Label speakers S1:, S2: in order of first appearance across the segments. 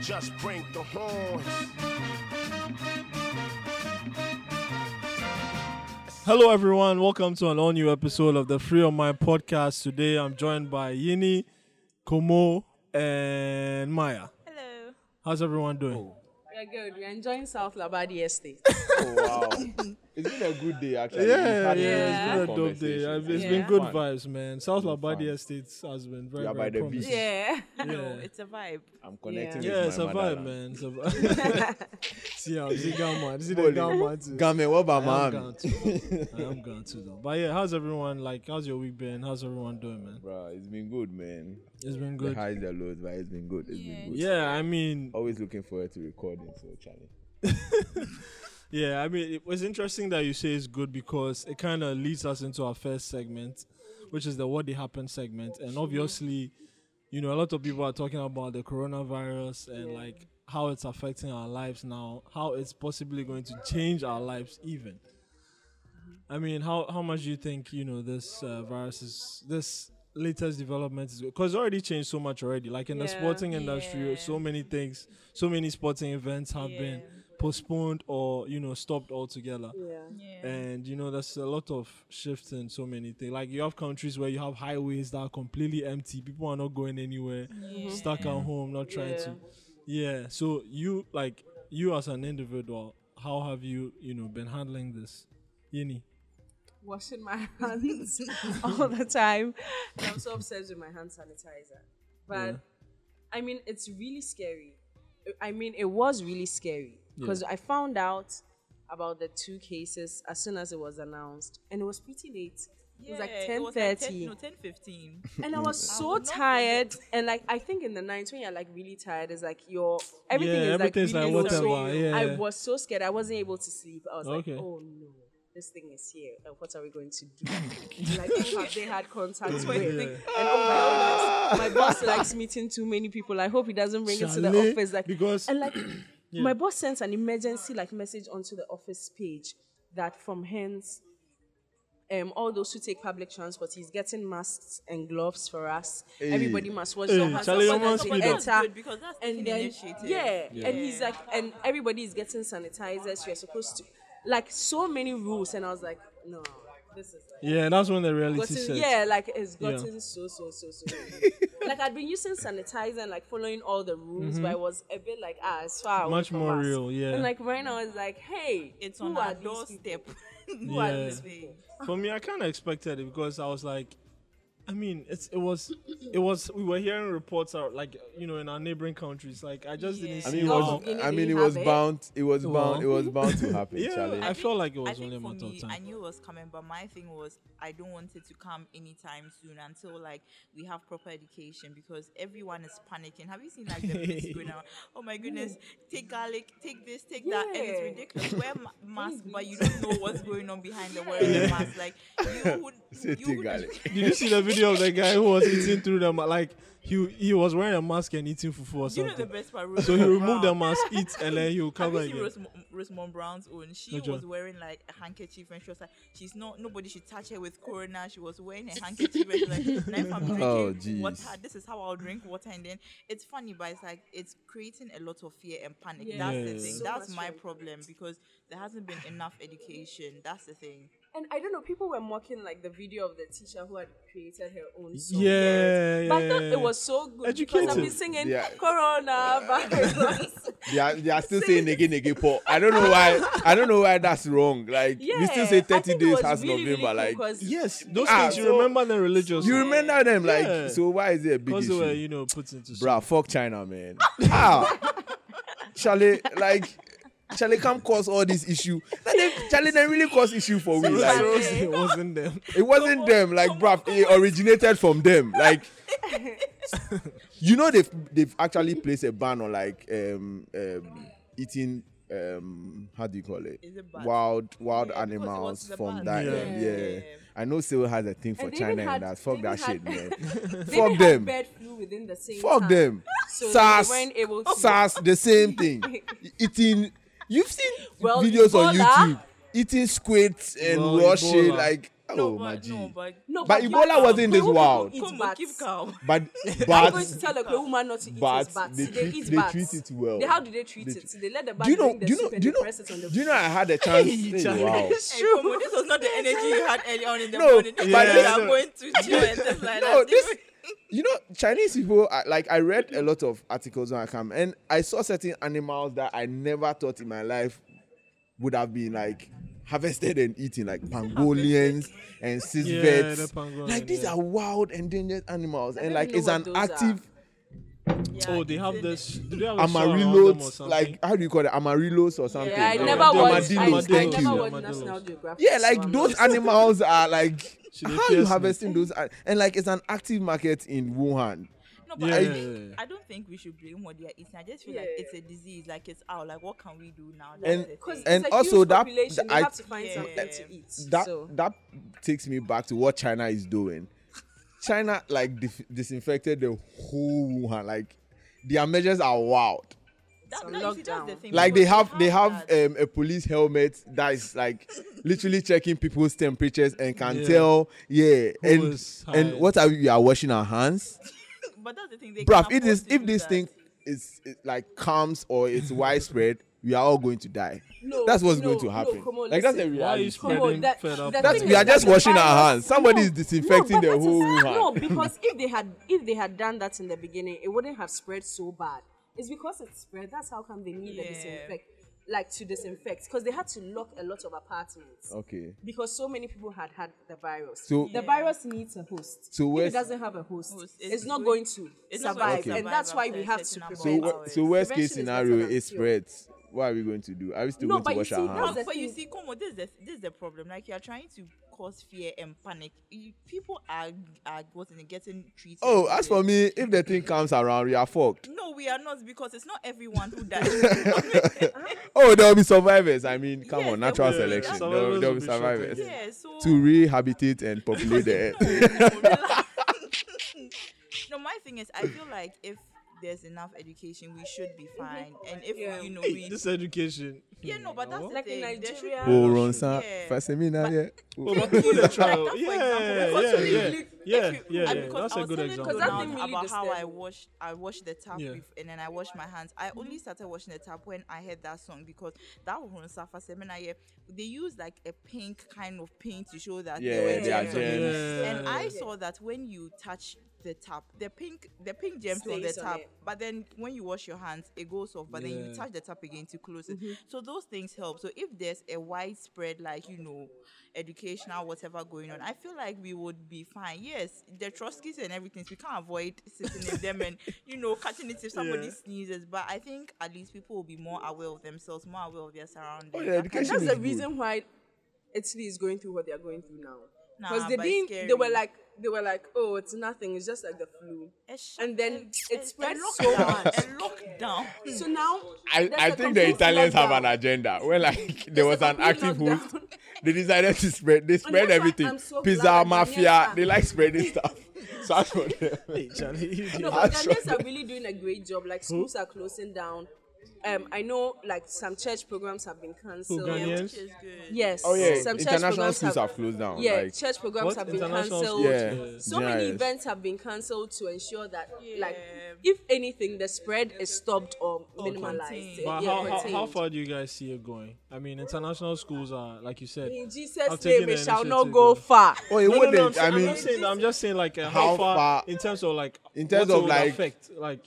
S1: Just bring the horns.
S2: Hello, everyone. Welcome to an all new episode of the Free on My podcast. Today, I'm joined by Yini, Komo, and Maya.
S3: Hello.
S2: How's everyone doing?
S3: We're good. We're enjoying South Labadi Estate.
S4: Oh, wow. it's been a good day, actually.
S2: Yeah, yeah,
S4: We've had
S3: Yeah.
S2: it's been a dope day.
S4: conversations.
S2: I've- It's
S3: Yeah.
S2: been good
S4: Fun.
S2: vibes, man. South Labadi
S4: fun.
S2: Estates has been very,
S4: Yeah, by
S2: very
S4: the
S2: promising.
S4: beach.
S3: Yeah.
S2: Yeah.
S3: it's a vibe.
S4: I'm connecting
S2: Yeah,
S4: with
S2: it's
S4: my
S2: a vibe,
S4: mother now.
S2: man. It's a vibe. see how, see Gamma, see the
S4: Bowling.
S2: Gamma too.
S4: Gamme, what about
S2: I am
S4: Miami?
S2: gone too. though. I am gone too, though. But yeah, how's everyone? Like, how's your week been? How's everyone doing, man?
S4: Bro, it's been good, man.
S2: It's been
S4: The
S2: good.
S4: highs, the lows, but it's been good. It's been good.
S2: Yeah, I mean,
S4: Always looking forward to recording, so Charlie.
S2: Yeah, I mean, it was interesting that you say it's good because it kind of leads us into our first segment, which is the What They Happen segment. And obviously, you know, a lot of people are talking about the coronavirus and like how it's affecting our lives now, how it's possibly going to change our lives even.
S3: Mm-hmm.
S2: I mean, how, how much do you think, you know, this uh, virus is, this latest development is, because already changed so much already. Like in the
S3: Yeah.
S2: sporting industry,
S3: Yeah.
S2: so many things, so many sporting events have been postponed or you know stopped altogether
S3: Yeah.
S2: and you know there's a lot of shifts in so many things like you have countries where you have highways that are completely empty people are not going anywhere stuck at home not trying to yeah so you like you as an individual how have you you know been handling this Yini.
S3: Washing my hands all the time. And I'm so obsessed with my hand sanitizer. But
S2: Yeah.
S3: I mean, it's really scary. I mean, it was really scary because I found out about the two cases as soon as it was announced, and it was pretty late. it was like
S5: Yeah, it
S3: ten
S5: was like 10
S3: thirty.
S5: no, 10 15.
S3: and I
S2: Mm.
S3: was so
S5: would not
S3: tired. And like I think in the nights when you're like really tired, it's like your everything
S2: Yeah,
S3: is
S2: everything's
S3: like,
S2: like
S3: really
S2: whatever,
S3: low. So
S2: yeah.
S3: I was so scared. I wasn't able to sleep. I was
S2: Okay.
S3: like, oh no, this thing is here. And what are we going to do? like who have they had contact with? And oh my goodness, my boss likes meeting too many people. I hope he doesn't bring it to
S2: Chalet,
S3: the office. Like
S2: because-
S3: and like my boss sent an emergency like message onto the office page that from hence um, all those who take public transport, he's getting masks and gloves for us. Everybody must wash their
S2: Hey,
S3: hands.
S2: Charlie,
S3: Someone
S2: you
S3: has
S2: must
S3: to
S2: speed up.
S3: enter.
S5: Good, because that's
S3: And
S5: taking
S3: then,
S5: initiative.
S3: yeah, and he's like, and everybody is getting sanitizers. You're supposed to, like, so many rules. And I was like, no, this is like,
S2: yeah that's when the reality
S3: gotten,
S2: set
S3: yeah, like it's gotten
S2: Yeah.
S3: so so so so. like I'd been using sanitizer and like following all the rules, but it was a bit like ah, it's far away
S2: Mm-hmm. Much
S3: from
S2: more
S3: us.
S2: real, yeah.
S3: And like right now, it's like, hey,
S5: It's
S3: who
S5: on
S3: are
S5: our
S3: these people?
S5: doorstep.
S3: Who are
S2: Yeah.
S3: these people?
S2: for me i kind of expected it because i was like i mean it's it was it was we were hearing reports out like you know in our neighboring countries like i just didn't
S5: Yeah.
S2: see oh,
S4: I mean, it
S2: how-
S4: was,
S3: you know,
S4: I
S3: you
S4: mean, it
S3: have
S4: was
S3: it.
S4: bound. It was
S2: Well.
S4: bound. It was bound to happen,
S2: Yeah,
S4: Charlie.
S2: I- felt like it was
S5: I think
S2: only a
S5: for
S2: matter of
S5: me,
S2: time.
S5: I knew it was coming, but my thing was I don't want it to come anytime soon until like we have proper education because everyone is panicking. Have you seen like the memes going around? Oh my goodness, take garlic, take this, take that, and it's
S3: Yeah.
S5: ridiculous. Wear ma- mask, but you don't know what's going on behind the wearing the mask. Like you would,
S4: Say
S5: you
S4: take
S5: would
S4: garlic.
S2: Did you see the video of the guy who was eating through the ma- like he he was wearing a mask and eating fufu or
S5: Do you know the
S2: something?
S5: best part?
S2: So he
S5: Rosemont
S2: removed the
S5: Brown.
S2: mask, eat, and then he'll
S5: Have
S2: cover
S5: you seen
S2: again.
S5: Rosamond- Rosamond Brown's own? She
S2: Which
S5: was
S2: one?
S5: wearing like a handkerchief, and she was like, "She's not. Nobody should touch her with corona." She was wearing a handkerchief, and she's like, "Now if I'm
S4: Oh,
S5: drinking
S4: jeez.
S5: water, this is how I'll drink water." And then it's funny, but it's like it's creating a lot of fear and panic. That's the
S2: Yeah.
S5: thing.
S3: So
S5: That's
S3: much
S5: my
S3: fear.
S5: problem because there hasn't been enough education. That's the thing.
S3: And I don't know, people were mocking like the video of the teacher who had created her own song.
S2: Yeah,
S3: But I thought
S2: yeah.
S3: it was so good because I've been
S2: Educated.
S3: singing
S4: Yeah.
S3: Corona virus.
S4: They are, they are still saying again, again, Paul. I don't know why. I don't know why that's wrong. Like we still say
S3: I
S4: thirty
S3: think it
S4: days
S3: was
S4: has
S3: really,
S4: November.
S3: really
S4: like
S3: cool 'cause
S2: Yes, those
S4: Ah,
S2: things you
S4: so-
S2: remember them religiously.
S4: you remember them. Like
S2: Yeah.
S4: so, why is it a big
S2: because they
S4: issue?
S2: were you know put into
S4: Bruh, fuck China, man. ah, Charlie, like, Charlie come cause all this issue. Then they, Charlie, then really cause issue for we.
S2: It was-
S4: Like,
S2: it was- it wasn't them.
S4: it wasn't them. Like, bruh, it originated from them. Like, you know, they've they've actually placed a ban on like um um eating um how do you call it?
S5: Is it bad?
S4: Wild wild
S5: Yeah, because it was
S4: animals
S5: the
S4: from
S5: ban.
S4: that.
S2: Yeah.
S4: um, Yeah.
S5: Yeah.
S4: I know Seoul has a thing for
S3: they even
S4: China
S3: had-
S4: and that. Fuck
S3: they
S4: that shit,
S3: even
S4: man.
S3: they
S4: Fuck
S3: had
S4: them.
S3: Bird flu within the same
S4: Fuck
S3: time.
S4: them.
S3: So they
S4: SARS.
S3: weren't able to-
S4: SARS, the same thing. Eating. You've seen
S3: Well,
S4: videos on
S3: Ebola.
S4: YouTube. Eating squids and
S2: Well,
S4: raw shit.
S2: Ebola.
S4: Like,
S5: no,
S4: Oh, my
S5: but,
S4: G.
S5: no, but
S3: No,
S4: But
S3: you-
S4: Ebola wasn't this
S3: Kwehu people
S4: wild.
S3: eat
S5: Come on,
S3: bats.
S5: keep calm.
S4: But
S3: I'm going
S4: bats,
S3: to tell a Kwehu man not to eat
S4: bats,
S3: his bats.
S4: they
S3: They,
S4: treat-
S3: eat
S4: they
S3: bats.
S4: treat it well.
S3: They- how do they treat
S4: They
S3: it? They let the bat
S4: do you know?
S3: drink the
S4: Do you know?
S3: soup and
S4: Do
S3: they
S4: you know?
S3: press it on the
S4: Do you know? I had a chance. Hey,
S2: Charlie.
S4: wow.
S3: It's
S5: Hey,
S3: true.
S5: Komo, this was not the energy you had early on in the
S4: No,
S5: morning. This
S4: but
S5: is
S4: this-
S5: I'm going to do and things like
S4: no,
S5: that.
S4: this, you know, Chinese people. I, like I read a lot of articles when I come, and I saw certain animals that I never thought in my life would have been like harvested and eaten, like pangolins and
S2: Yeah,
S4: cisvets.
S2: the pangolin,
S4: like these
S2: yeah.
S4: are wild endangered animals,
S3: I
S4: and
S3: don't
S4: like
S3: know
S4: it's
S3: what
S4: an
S3: those
S4: active
S5: Yeah,
S2: Oh, they
S5: it's
S2: have
S5: in-
S2: this. Do they have
S3: Oh,
S2: a saw around them or
S4: amarillos,
S2: something?
S4: like how do you call it, amarillos or something?
S3: Yeah, I
S2: Yeah,
S3: never
S2: yeah.
S3: watched. I,
S4: Armadillos,
S2: Armadillos,
S3: I
S4: thank you.
S3: never watched
S2: Armadillos.
S3: National Geographic.
S4: Yeah,
S3: so
S4: like
S3: I'm
S4: those
S3: not-
S4: animals are like
S2: Should they
S4: how are you
S2: pierce me?
S4: harvesting those a- and like it's an active market in Wuhan.
S5: No, but
S2: Yeah.
S5: I think I don't think we should blame what they are eating. I just feel like
S3: Yeah.
S5: it's a disease. Like it's out. Like what can we do now?
S4: And-
S5: the thing.
S3: 'Cause it's
S4: And
S3: a huge
S4: also that-
S3: population, they
S4: I-
S3: have to find
S5: Yeah.
S3: something to eat.
S4: That
S3: so.
S4: that takes me back to what China is doing. China like dif- disinfected the whole Wuhan. Like their measures are wild.
S5: That-
S3: Some
S5: no, you see, that's the
S3: lockdown.
S5: thing,
S4: Like they
S5: because
S4: have they have
S5: that.
S4: um, a police helmet that is like literally checking people's temperatures and can
S2: Yeah.
S4: tell yeah
S2: Who
S4: and
S2: is high.
S4: and what are we, we are washing our hands.
S5: but that's the thing. They
S4: bruv,
S5: can
S4: it is
S5: afford to
S4: if
S5: do
S4: this
S5: that.
S4: thing is it, like comes or it's widespread, we are all going to die.
S3: No,
S4: that's what's
S3: no,
S4: going to
S3: no,
S4: happen.
S3: come on,
S4: like that's the
S3: listen.
S2: Why are
S4: reality.
S2: you spreading
S3: that-
S2: fed up?
S3: that
S4: That's
S3: thing
S4: we
S3: is
S4: are
S3: that
S4: just
S3: the
S4: washing our
S3: virus-
S4: hands. Somebody
S3: no,
S4: is disinfecting
S3: no,
S4: the
S3: but
S4: whole
S3: that is- No,
S4: Wuhan.
S3: because if they had if they had done that in the beginning, it wouldn't have spread so bad. It's because it spread. That's how come they need the
S5: Yeah.
S3: disinfect, like to disinfect, because they had to lock a lot of apartments
S4: Okay.
S3: because so many people had had the virus.
S4: So-
S3: the virus needs a host.
S4: So
S3: if
S4: where's-
S3: it doesn't have a host,
S5: Host,
S3: it's,
S5: it's
S3: not going
S5: going-
S3: to
S5: it's not
S3: survive,
S5: going to
S4: survive
S3: and that's why
S5: after
S3: we
S5: a
S3: have to
S5: certain
S3: prevent.
S4: So
S5: Right.
S4: wha-
S5: Ours.
S4: so worst
S3: Prevention
S4: case
S3: is better
S4: scenario,
S3: than
S4: it
S3: cure.
S4: spreads. What are we going to do? Are we still
S3: No,
S4: going to
S3: but you
S4: wash
S3: see,
S4: our
S3: that's
S4: hands?
S3: the
S5: but you
S3: thing.
S5: see, Como, this is the, this is the problem. Like you are trying to cause fear and panic. You- People are are what's it, getting treated.
S4: Oh,
S5: with
S4: as
S5: it.
S4: for me, if the thing comes around, we are fucked.
S5: No, we are not because it's not everyone who dies.
S4: Oh, there will be survivors. I mean, come
S5: Yes,
S4: on,
S5: there
S4: natural
S5: will be.
S4: selection.
S5: Survivors
S4: There will- there
S2: will
S4: will be
S2: be shorter,
S4: survivors
S2: yeah.
S5: yeah, so
S4: to rehabitate and populate the earth.
S5: no, my thing is, I feel like if there's enough education, we should be fine. And if
S3: Mm-hmm. Yeah.
S5: we, you know,
S2: Hey,
S5: we
S2: this education.
S5: yeah, no, but that's the
S3: Like in
S5: thing. There should-
S3: Nigeria.
S4: Oh, Ronsa,
S5: Yeah.
S4: Fasemina, yeah.
S2: Oh,
S4: Oh,
S2: but who they
S5: Like,
S2: try-
S5: that's for
S2: yeah,
S5: example,
S2: yeah,
S5: because
S2: yeah,
S5: really-
S2: yeah,
S5: if you-
S2: yeah,
S5: I-
S2: yeah.
S5: because
S2: That's
S5: I
S2: a
S5: was
S2: good
S5: telling
S2: example.
S3: Because that
S5: Donald
S3: thing really
S5: about how I
S3: disturbed me.
S5: wash, I wash the tap
S2: Yeah.
S5: bef- and then I wash my hands. I only started washing the tap when I heard that song because that was Safa seminar. yeah, They use like a pink kind of paint to show that
S4: Yeah,
S5: they were
S4: they are
S5: germs.
S4: germs.
S5: And I
S3: Yeah.
S5: saw that when you touch the tap, the pink, the pink germs on the
S3: Stays on
S5: tap.
S3: it.
S5: But then when you wash your hands, it goes off. But then you
S2: Yeah.
S5: touch the tap again to close it.
S3: Mm-hmm.
S5: So those things help. So if there's a widespread, like you know, educational whatever going on, I feel like we would be fine. Yes, the Trotskys and everything. We can't avoid sitting in them and you know cutting it if somebody
S2: Yeah.
S5: sneezes. But I think at least people will be more aware of themselves, more aware of their surroundings.
S3: Oh,
S4: yeah,
S5: That kind of
S4: Oh, education
S3: That's
S4: is
S3: the
S4: good.
S3: reason why Italy is going through what they are going through now. Because
S5: Nah,
S3: they
S5: but it's
S3: didn't. They were
S5: scary.
S3: like, they were like, oh, it's nothing. It's just like the flu.
S5: It's
S3: And
S5: shut-
S3: then
S5: it's-
S3: it
S5: it's a
S3: spread so
S5: lockdown,
S3: much.
S5: A lockdown.
S3: So now,
S4: I,
S3: there's
S4: I
S3: a
S4: think the
S3: complete
S4: Italians have an
S3: lockdown.
S4: agenda. Well, like there was
S3: There's a
S4: an
S3: complete
S4: active
S3: lockdown.
S4: host. They decided to spread. They spread
S3: that's why
S4: everything.
S3: I'm so
S4: Pizza
S3: glad
S4: mafia.
S3: Ghanaians are-
S4: They like spreading stuff. So as for them,
S2: Hey, Charlie, you
S3: No,
S2: did-
S3: but
S4: That's right.
S3: Ghanaians are really doing a great job. Like schools are closing down. Um, I know like some church programs have been cancelled.
S2: Ghanaians?
S5: Which is good.
S3: Yes.
S4: oh yeah,
S3: Some church
S4: international
S3: programs
S4: schools
S3: have,
S4: have closed down.
S3: Yeah,
S4: like,
S3: church programs
S2: What?
S3: have been
S2: International
S3: cancelled.
S2: schools?
S4: yeah,
S3: So many
S4: generous.
S3: events have been cancelled to ensure that, like,
S5: Yeah.
S3: if anything, the spread is stopped or minimalized.
S5: contained.
S3: Yeah,
S2: But how, how, how
S3: contained.
S2: far do you guys see it going? I mean, international schools are, like you said.
S3: In
S2: I've
S3: Jesus'
S2: taken
S3: name, it
S2: the
S3: shall not
S2: initiative,
S3: go
S2: yeah.
S3: far.
S4: Oh, it
S2: No, no,
S4: wouldn't.
S2: no, I'm, saying,
S4: I
S2: I'm
S4: mean,
S2: not saying that. I'm just saying, like, uh,
S4: How
S2: how, far,
S4: far-
S2: in terms of, like,
S4: in terms
S2: what
S4: of,
S2: will
S4: like-
S2: affect, like,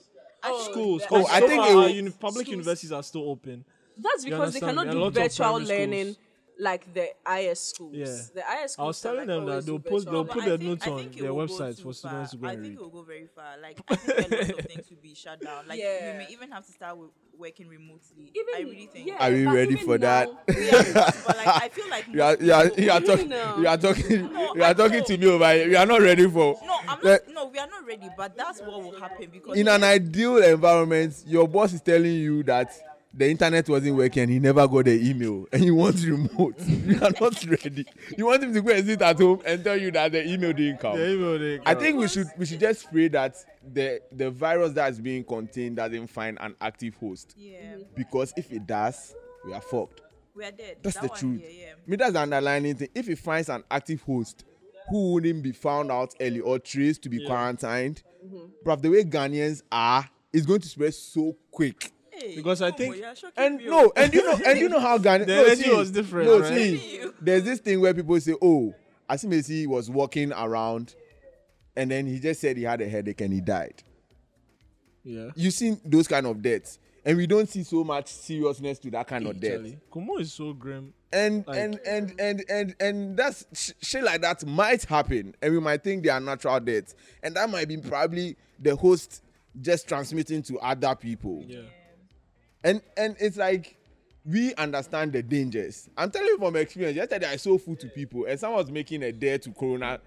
S3: Oh,
S2: schools.
S3: that-
S4: Oh,
S2: Because
S4: I
S2: so
S4: think
S2: far
S4: it
S2: our
S4: will-
S2: uni- public
S5: schools-
S2: universities are still open.
S3: That's
S2: You
S3: because
S2: understand me?
S3: they cannot
S2: A
S3: do
S2: lot of
S3: virtual
S2: primary schools-
S3: learning like the IS schools.
S2: Yeah.
S3: The IS schools.
S2: I was
S3: are,
S2: telling
S3: like,
S2: them that
S3: always do
S2: they'll post-
S3: virtual
S2: they'll
S5: But
S2: put
S5: I
S3: learning.
S2: their
S5: think-
S2: notes
S5: I
S2: on
S5: think it
S2: their
S5: will go
S2: websites
S5: too
S2: for
S5: far.
S2: students to go
S5: I
S2: and
S5: think
S2: read.
S5: it will go very far. Like I think a lot of things will be shut down. Like
S3: Yeah.
S5: we may even have to start with working remotely.
S3: Even-
S5: I really think.
S3: yeah,
S4: Are we
S3: but
S4: ready
S3: even
S4: for that?
S3: now-
S5: We are not, but like I feel like
S4: you are,
S5: most
S4: you are,
S5: people-
S4: you are talking.
S3: No.
S4: You are talking.
S5: No,
S4: You are
S5: I
S4: talking
S5: know.
S4: to me over. here. You are not ready for.
S5: no, I'm
S4: Like,
S5: not, no, we are not ready. But that's what will happen because
S4: in an ideal environment, your boss is telling you that the internet wasn't working and he never got the email and you want remote. you are not ready. You want him to go and sit at home and tell you that the email didn't come.
S2: Yeah, even they
S4: eh, I
S2: go-
S4: think we should we should just pray that the the virus that is being contained doesn't find an active host
S5: yeah,
S4: because if it does, we are fucked.
S5: We are dead.
S4: That's
S5: that
S4: the
S5: one,
S4: truth.
S5: Yeah, yeah.
S4: I mean, that's the underlining thing. If he finds an active host who wouldn't be found out early or traced to be quarantined,
S5: Mm-hmm.
S4: bruv, the way Ghanaians are, it's going to spread so quick.
S5: Hey,
S2: Because I
S5: Kumo,
S2: think-
S5: you are shocking
S4: And
S5: me,
S4: no,
S5: oh.
S4: and you know, and you know how Ghanaians.
S2: The
S4: no,
S2: energy
S4: see,
S2: was different,
S4: No,
S2: right?
S4: see, there's this thing where people say, "Oh, Asimesi was walking around, and then he just said he had a headache and he died."
S2: Yeah.
S4: You seen those kind of deaths, and we don't see so much seriousness to that kind of death
S2: Charlie. Kumo is so grim.
S4: and
S2: Like-
S4: and and and and and that's sh- shit like that might happen and we might think they are natural deaths and that might be probably the host just transmitting to other people
S2: Yeah.
S4: and and it's like we understand the dangers i'm telling you from experience yesterday i sold food to people and someone was making a dare to corona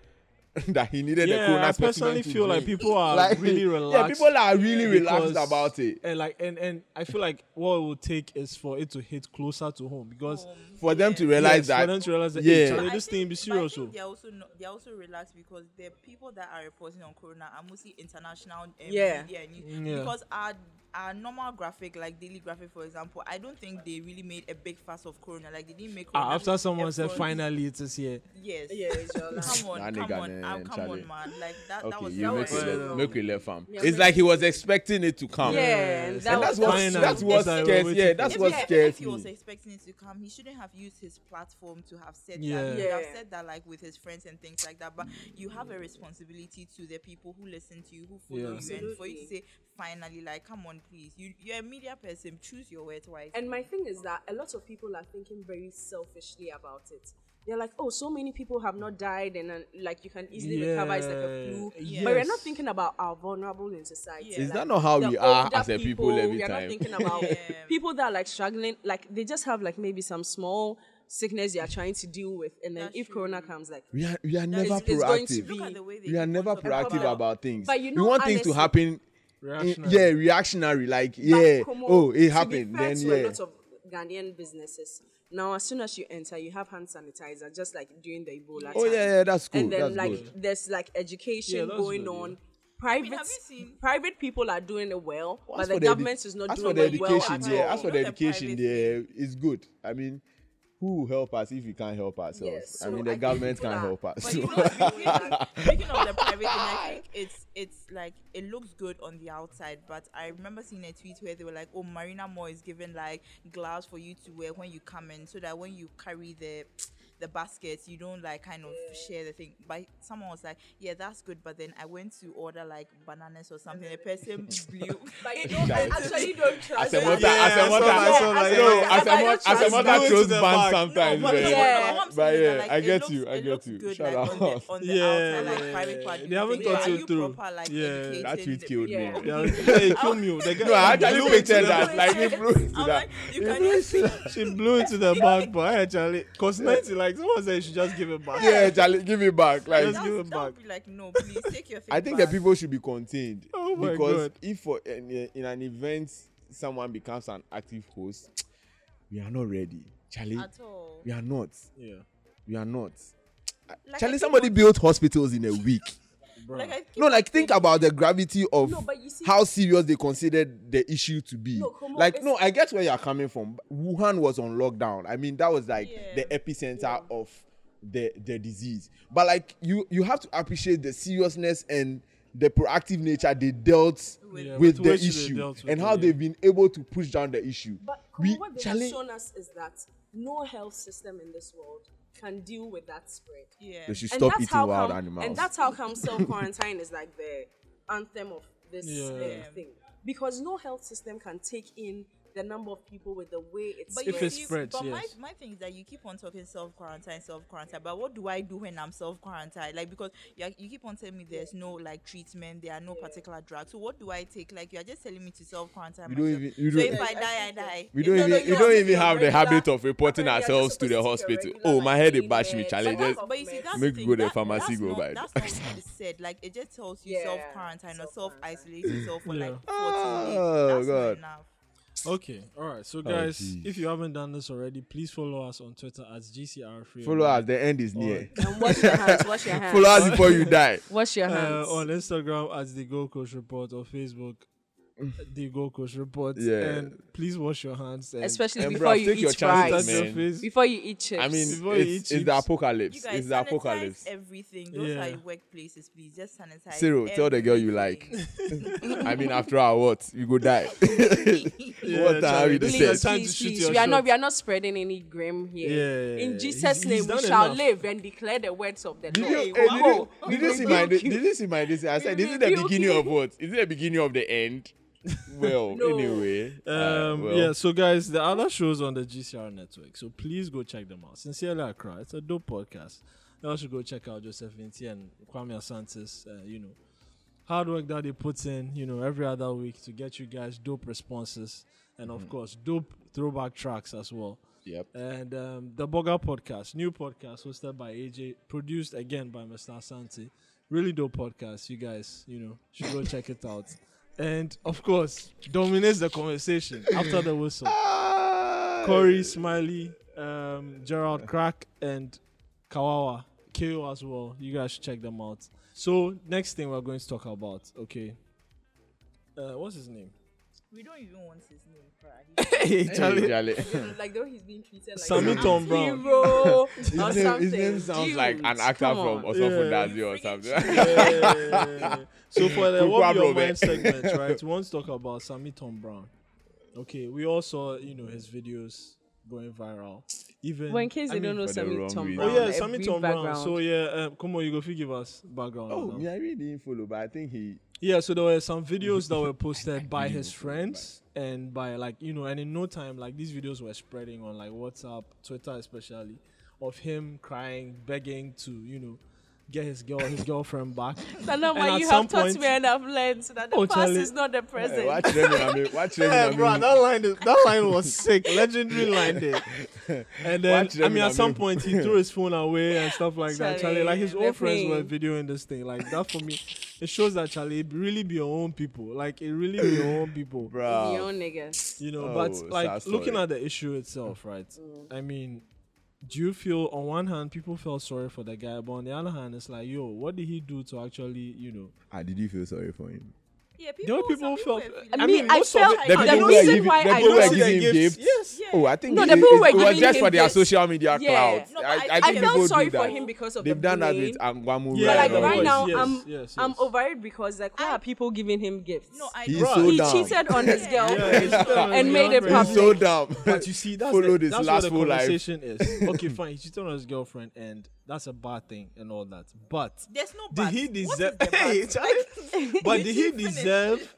S4: that he needed a
S2: Yeah,
S4: corona
S2: I personally
S4: specimen to
S2: feel like
S4: drink.
S2: people are
S4: Like,
S2: really
S4: yeah
S2: relaxed.
S4: people are really relaxed
S2: because-
S4: about it
S2: And like and and I feel like what it will take is for it to hit closer to home because
S4: for them to realize
S2: yes,
S4: that
S2: for them to realize that
S4: yeah.
S2: yeah.
S5: But I
S2: this thing
S5: think-
S2: be
S5: but I
S2: serious.
S5: think
S2: oh.
S5: They're also not, they're also relaxed because the people that are reporting on corona are mostly international um,
S3: Yeah.
S5: media and news.
S2: Mm, yeah.
S5: because our our normal graphic like daily graphic for example I don't think they really made a big fuss of corona like they didn't make corona
S2: Ah, after
S5: look
S2: someone said
S5: effort.
S2: finally it is here.
S5: yes
S3: Yeah, it's your last.
S5: come on
S4: Nah,
S5: come
S4: nigga,
S5: on
S4: man,
S5: um, come
S4: Charlie.
S5: on man like that that
S4: okay
S5: was
S4: you
S5: that
S4: make
S5: was
S4: it
S2: Well,
S4: left, make it left farm
S3: Yeah,
S4: it's
S3: make
S4: like he
S3: it-
S4: was expecting it to come
S3: Yeah,
S2: Yes,
S3: that
S4: and that's
S3: was-
S4: what
S2: Finally.
S4: that's what
S2: That's what
S4: scares
S2: we're
S4: yeah
S2: waiting
S4: that's
S2: for.
S4: what
S5: yeah,
S4: scares
S5: if he was
S4: me
S5: expecting it to come, he shouldn't have used his platform to have said
S2: Yeah.
S5: that. He would have
S3: Yeah.
S5: said that like with his friends and things like that. But you have a responsibility to the people who listen to you, who follow
S2: Yeah.
S5: you, and for you to
S3: Absolutely.
S5: say finally, like, come on, please. You you're a media person, choose your words wisely.
S3: And my thing is that a lot of people are thinking very selfishly about it. They're like, oh, so many people have not died, and uh, like you can easily recover. It's like a
S2: Yeah,
S3: flu.
S2: yes.
S3: But we're not thinking about our vulnerable in society.
S5: Yeah. Is
S4: is
S3: Like,
S4: that not how
S3: the
S4: we are
S3: older
S4: as a people, every
S3: We're not
S4: time
S3: thinking about
S5: Yeah.
S3: people that are like struggling. Like they just have like maybe some small sickness they are trying to deal with, and then
S5: That's
S3: if
S5: true.
S3: Corona comes, like
S4: we are we are never
S3: it's going to
S4: proactive
S5: Look
S3: be-
S5: at the way they
S4: we are
S5: keep
S4: never
S5: on talking
S4: proactive about things
S3: But you
S4: we
S3: know,
S4: want things to
S3: honestly-
S4: happen in,
S2: Reactionary.
S4: yeah reactionary like yeah
S3: But Kumo,
S4: oh it
S3: To
S4: happened
S3: be fair
S4: then
S3: to a
S4: yeah
S3: lot of Ghanaian businesses now, as soon as you enter, you have hand sanitizer, just like during the Ebola.
S4: oh
S3: time.
S4: yeah yeah that's cool
S3: and then
S4: that's
S3: like
S4: good
S3: there's like
S2: Yeah,
S3: education
S2: that's
S3: going
S2: good, yeah.
S3: on.
S5: mean,
S3: Private
S5: have you seen-
S3: private people are doing it well,
S4: As
S3: but the
S4: for edu-
S3: government is not
S4: as for
S3: doing
S4: the
S3: it well
S4: education
S3: at
S4: there
S3: all.
S4: as for
S5: Not
S4: the
S5: a
S4: education
S5: private
S4: there it's good i mean who will help us if we can't help ourselves
S3: Yes,
S4: i
S3: so
S4: mean
S3: I
S4: the
S3: think
S4: government
S3: people
S4: can't
S3: are-
S4: help
S5: But
S4: us
S5: you know, speaking of- speaking of the private thing, I think it's it's like it looks good on the outside, but I remember seeing a tweet where they were like, "Oh, Marina Moore is giving like gloves for you to wear when you come in, so that when you carry the the baskets, you don't like kind of share the thing." But someone was like, "Yeah, that's good," but then I went to order like bananas or something. The person blew.
S3: But you don't I actually don't trust
S4: as a mother,
S3: them.
S2: Yeah,
S4: as a
S2: I saw
S4: mother,
S2: that, I saw
S3: that,
S4: no,
S3: yeah.
S4: as a
S3: But I
S4: mother,
S3: don't
S4: as
S2: Go
S3: trust them.
S4: a mother throws
S2: to the
S4: bans
S2: back.
S4: sometimes.
S5: No, but-
S4: man.
S5: no,
S3: Yeah.
S5: what I'm
S4: But
S5: saying is that,
S4: yeah,
S5: like,
S4: I
S5: it
S4: get
S5: looks-
S4: you, I
S5: it
S4: get
S5: looks
S4: you.
S5: Good,
S4: Shut
S5: like, on the-
S4: up.
S5: on the
S2: Yeah,
S5: outside, like,
S2: yeah,
S5: private
S2: yeah.
S5: part,
S2: They
S5: people
S2: haven't
S5: think,
S2: thought
S5: "Are
S2: it
S5: you
S2: through."
S5: proper, like,
S2: Yeah.
S5: educated?"
S4: That tweet
S5: The-
S4: killed me.
S3: Yeah.
S2: Yeah, hey, kill me. oh, The guy,
S4: No, I
S2: she
S4: actually
S2: blew it to
S4: pictured
S2: the
S4: that.
S2: back.
S4: Like, he blew it to that.
S5: I'm like, you can just see
S2: She blew it to the back, but I actually, cause ninety like someone said you should just give it back.
S4: Yeah, Charlie, give it back. Like,
S2: Just
S5: that
S2: give
S5: would-
S2: it
S5: that would
S2: back.
S5: be like, no, please take your thing
S4: I think
S5: back.
S4: that people should be contained.
S2: Oh my
S4: because
S2: God.
S4: if for in, in an event someone becomes an active host, we are not ready, Charlie.
S5: at all.
S4: We are not.
S2: yeah,
S4: We are not.
S5: Like, I
S4: Charlie,
S5: keep
S4: somebody
S5: on-
S4: built hospitals in a week.
S2: bro.
S5: like, I keep
S4: No,
S5: on
S4: like think
S5: saying,
S4: about the gravity of
S3: No, but you see-
S4: how serious they considered the issue to be.
S3: No, come on,
S4: like,
S3: it's-
S4: no, I get where you're coming from. Wuhan was on lockdown. I mean, that was like
S5: Yeah.
S4: the epicenter of the the disease. But like, you you have to appreciate the seriousness and the proactive nature they dealt with,
S5: With- Yeah,
S2: with
S4: the
S2: which they
S4: issue
S2: dealt with
S4: and
S2: it,
S4: how
S2: yeah.
S4: they've been able to push down the issue.
S3: But
S4: We-
S3: what they
S4: Charlie-
S3: have shown us is that no health system in this world can deal with that spread.
S5: Yeah.
S4: they should
S3: And
S4: stop
S3: that's
S4: eating
S3: how
S4: wild
S3: come,
S4: animals.
S3: And that's how come self quarantine is like the anthem of this
S2: Yeah.
S3: uh, thing. Because no health system can take in the number of people with the way it's
S5: But
S2: If
S5: you
S2: it
S5: know,
S3: spread.
S5: you-
S2: spreads,
S5: but
S2: yes.
S5: my, my thing is that you keep on talking self quarantine, self quarantine. But what do I do when I'm self quarantined? Like because you, are- you keep on telling me there's no like treatment, there are no particular drugs. So what do I take? Like you are just telling me to self quarantine.
S4: We don't even- you
S5: so
S4: don't-
S5: if I
S3: Yeah, I
S5: die, I
S3: think so.
S4: we
S5: die. It's
S4: don't
S5: not
S4: even
S5: like
S4: we
S5: you're
S4: don't
S5: not
S4: even
S5: taking
S4: have the
S5: regular-
S4: habit of
S3: Apparently,
S4: reporting
S3: you're
S4: ourselves
S3: just
S4: to the
S3: supposed to take
S4: hospital.
S3: your regular,
S4: Oh, my
S3: like,
S4: head it
S3: daily
S4: bashed me,
S3: meds.
S4: Charlie.
S3: But
S4: Just
S3: that's
S5: But you see, that's
S4: Make
S5: the thing.
S4: good
S5: that,
S4: pharmacy
S5: that's
S4: go
S5: not,
S4: buy it.
S5: That's not what it said. Like it just tells you
S3: Yeah,
S5: self quarantine or self
S3: self-quarantine.
S5: isolate yourself for like 14
S4: Oh,
S5: days. That's
S4: God.
S5: not enough.
S2: Okay, all right. So guys,
S4: Oh, jeez.
S2: if you haven't done this already, please follow us on Twitter at GCR Free.
S4: Follow us. The end is near.
S3: And wash your hands, wash your hands.
S4: Follow us before you die.
S3: Wash your hands.
S2: Uh, on Instagram at the Gold Coast Report or Facebook the Gold Coast report.
S4: Yeah.
S2: And please wash your hands. And
S3: Especially
S4: And
S3: before
S4: bruv,
S3: you
S4: take your
S3: eat
S4: chances,
S2: touch
S3: fries.
S2: your
S4: man.
S2: face.
S3: Before you eat chips.
S4: I mean,
S2: Before you
S4: it's,
S2: eat
S4: it's the
S2: chips.
S4: apocalypse.
S5: You guys
S4: It's the
S5: sanitize
S4: apocalypse.
S5: everything. Those are
S2: Yeah.
S5: your workplaces, please. Just sanitize.
S4: Cyril, tell the girl you like.
S5: everything.
S4: I mean, after our what? You go die.
S2: Yeah,
S4: what the hell
S2: Charlie,
S4: you
S2: please,
S4: said?
S2: it's time to shoot your
S3: we are not
S2: shot.
S3: we are not spreading any grim here.
S2: Yeah,
S3: In
S2: he's-
S3: Jesus'
S2: he's
S3: name, we
S2: done
S3: shall
S2: enough.
S3: live and declare the words of the
S4: Did
S3: Lord.
S4: you,
S5: Hey,
S4: eh, did you,
S5: wow.
S4: did you see my
S3: Rebuke
S4: did
S3: you.
S4: you see my this? I said,
S3: We
S4: is it the
S3: rebuke
S4: beginning
S3: you.
S4: of what? Is it the beginning of the end? Well,
S3: No.
S4: anyway. uh,
S2: Um,
S4: well.
S2: yeah, so guys, the other shows on the GCR network, so please go check them out. Sincerely Accra, it's a dope podcast. You also go check out Joseph Inti and Kwame Asantis, uh, you know, hard work that they put in, you know, every other week to get you guys dope responses and, of course, dope throwback tracks as well.
S4: Yep.
S2: And um, the Boga podcast, new podcast hosted by AJ, produced again by Mr. Asante. Really dope podcast. You guys, you know, should go check it out. And of course, dominates the conversation after the whistle. Corey Smiley, um, Gerald Crack, and Kawawa KO as well. You guys should check them out. So next thing we're going to talk about, okay? Uh, what's his name?
S5: we don't even want his name, Brad.
S2: Hey,
S4: Hey,
S2: Charlie.
S4: Jale.
S3: like though he's being treated like
S2: Sammy
S3: an
S2: Tom Brown.
S3: hero or
S4: eh, His name,
S3: something.
S4: his name sounds
S3: Dude,
S4: like an actor
S3: come
S4: from
S3: on.
S4: Osofo
S2: Yeah.
S4: Dazi or something.
S2: Yeah. so for the
S4: Good
S2: what be your
S4: problem, eh?
S2: mind segment, right? We want to talk about Sammy Tom Brown. Okay, we all saw you know his videos going viral. Even
S3: Well, in case
S2: I
S3: they
S2: mean-
S3: don't know
S4: for the
S3: Sammy
S4: wrong
S3: Tom
S4: reason.
S3: Brown,
S2: Oh yeah,
S3: a
S2: Sammy
S3: brief
S2: Tom Brown.
S3: background.
S2: So yeah, um, come on, you go give us background. on
S4: oh,
S2: that.
S4: yeah, I really didn't follow, but I think he.
S2: Yeah, so there were some videos that were posted by his friends and by like you know, and in no time, like these videos were spreading on like WhatsApp, Twitter especially, of him crying, begging to you know, get his girl, his girlfriend back.
S3: Salama,
S2: And at
S3: you
S2: some
S3: have taught
S2: point-
S3: me and I've learned that the
S2: Oh,
S3: past
S2: Charlie.
S3: is not the present.
S4: Hey, watch them, I mean, watch them. I mean,
S2: line, is, that line was sick, legendary line there. And then,
S4: Watch
S2: I
S4: them,
S2: mean,
S4: I
S2: at some
S4: mean.
S2: point, he threw his phone away and stuff like that. Charlie, like his
S3: Charlie,
S2: old friends were
S3: refrain.
S2: videoing this thing, like that for me. It shows that Charlie, it really be your own people, like it really be your own people.
S3: You
S4: Bro.
S3: own niggas.
S2: you know
S4: Oh,
S2: but like
S4: sad
S2: looking
S4: story.
S2: at the issue itself right i mean do you feel on one hand people felt sorry for the guy but on the other hand it's like yo what did he do to actually you know
S4: Ah, did you feel sorry for him?
S5: Yeah,
S2: the
S5: people,
S2: way people
S5: some
S2: felt
S5: were feeling-
S3: I
S2: I
S3: mean,
S2: mean,
S3: I
S2: most of
S3: felt
S2: it-
S4: The
S3: the
S4: people were
S3: reason
S4: giving-
S3: why
S4: the
S3: I
S4: people were
S3: don't
S2: See
S4: giving
S2: the
S4: him
S2: gifts?
S4: gifts?
S2: yes
S5: Yeah.
S4: Oh, I think
S3: No,
S4: it,
S3: the people
S4: it-
S3: were
S4: it was
S3: giving
S4: just for
S3: him
S4: their
S3: gifts.
S4: social media
S3: Yeah.
S4: clout.
S5: No, but
S4: I,
S5: I-
S4: I
S5: I
S4: think
S5: felt
S4: people do
S3: sorry for
S4: that.
S3: him because of the
S4: They've done that
S3: bullying.
S4: with Angwamu.
S2: Yeah,
S3: But like
S2: that
S3: right
S2: was-
S3: now,
S2: yes,
S3: I'm
S2: yes,
S3: I'm
S2: yes.
S3: over it because like why
S5: I-
S3: are people giving him gifts?
S5: No, I
S4: He's
S5: don't.
S4: so
S3: he
S4: down.
S3: cheated on his
S5: Yeah.
S3: girlfriend.
S2: Yeah, it's done.
S3: And
S2: It's
S3: made it
S2: done.
S4: He's so
S3: public.
S4: dumb.
S2: but you see that's
S4: Followed
S2: the,
S4: his
S2: that's
S4: last
S2: where the
S4: full life.
S2: conversation is okay fine he cheated on his girlfriend and that's a bad thing and all that but
S5: There's no
S2: did
S5: bad.
S2: he
S5: What is
S2: deserve
S5: the
S2: Hey,
S5: bad?
S2: Charlie, but did he
S5: you finish?
S2: deserve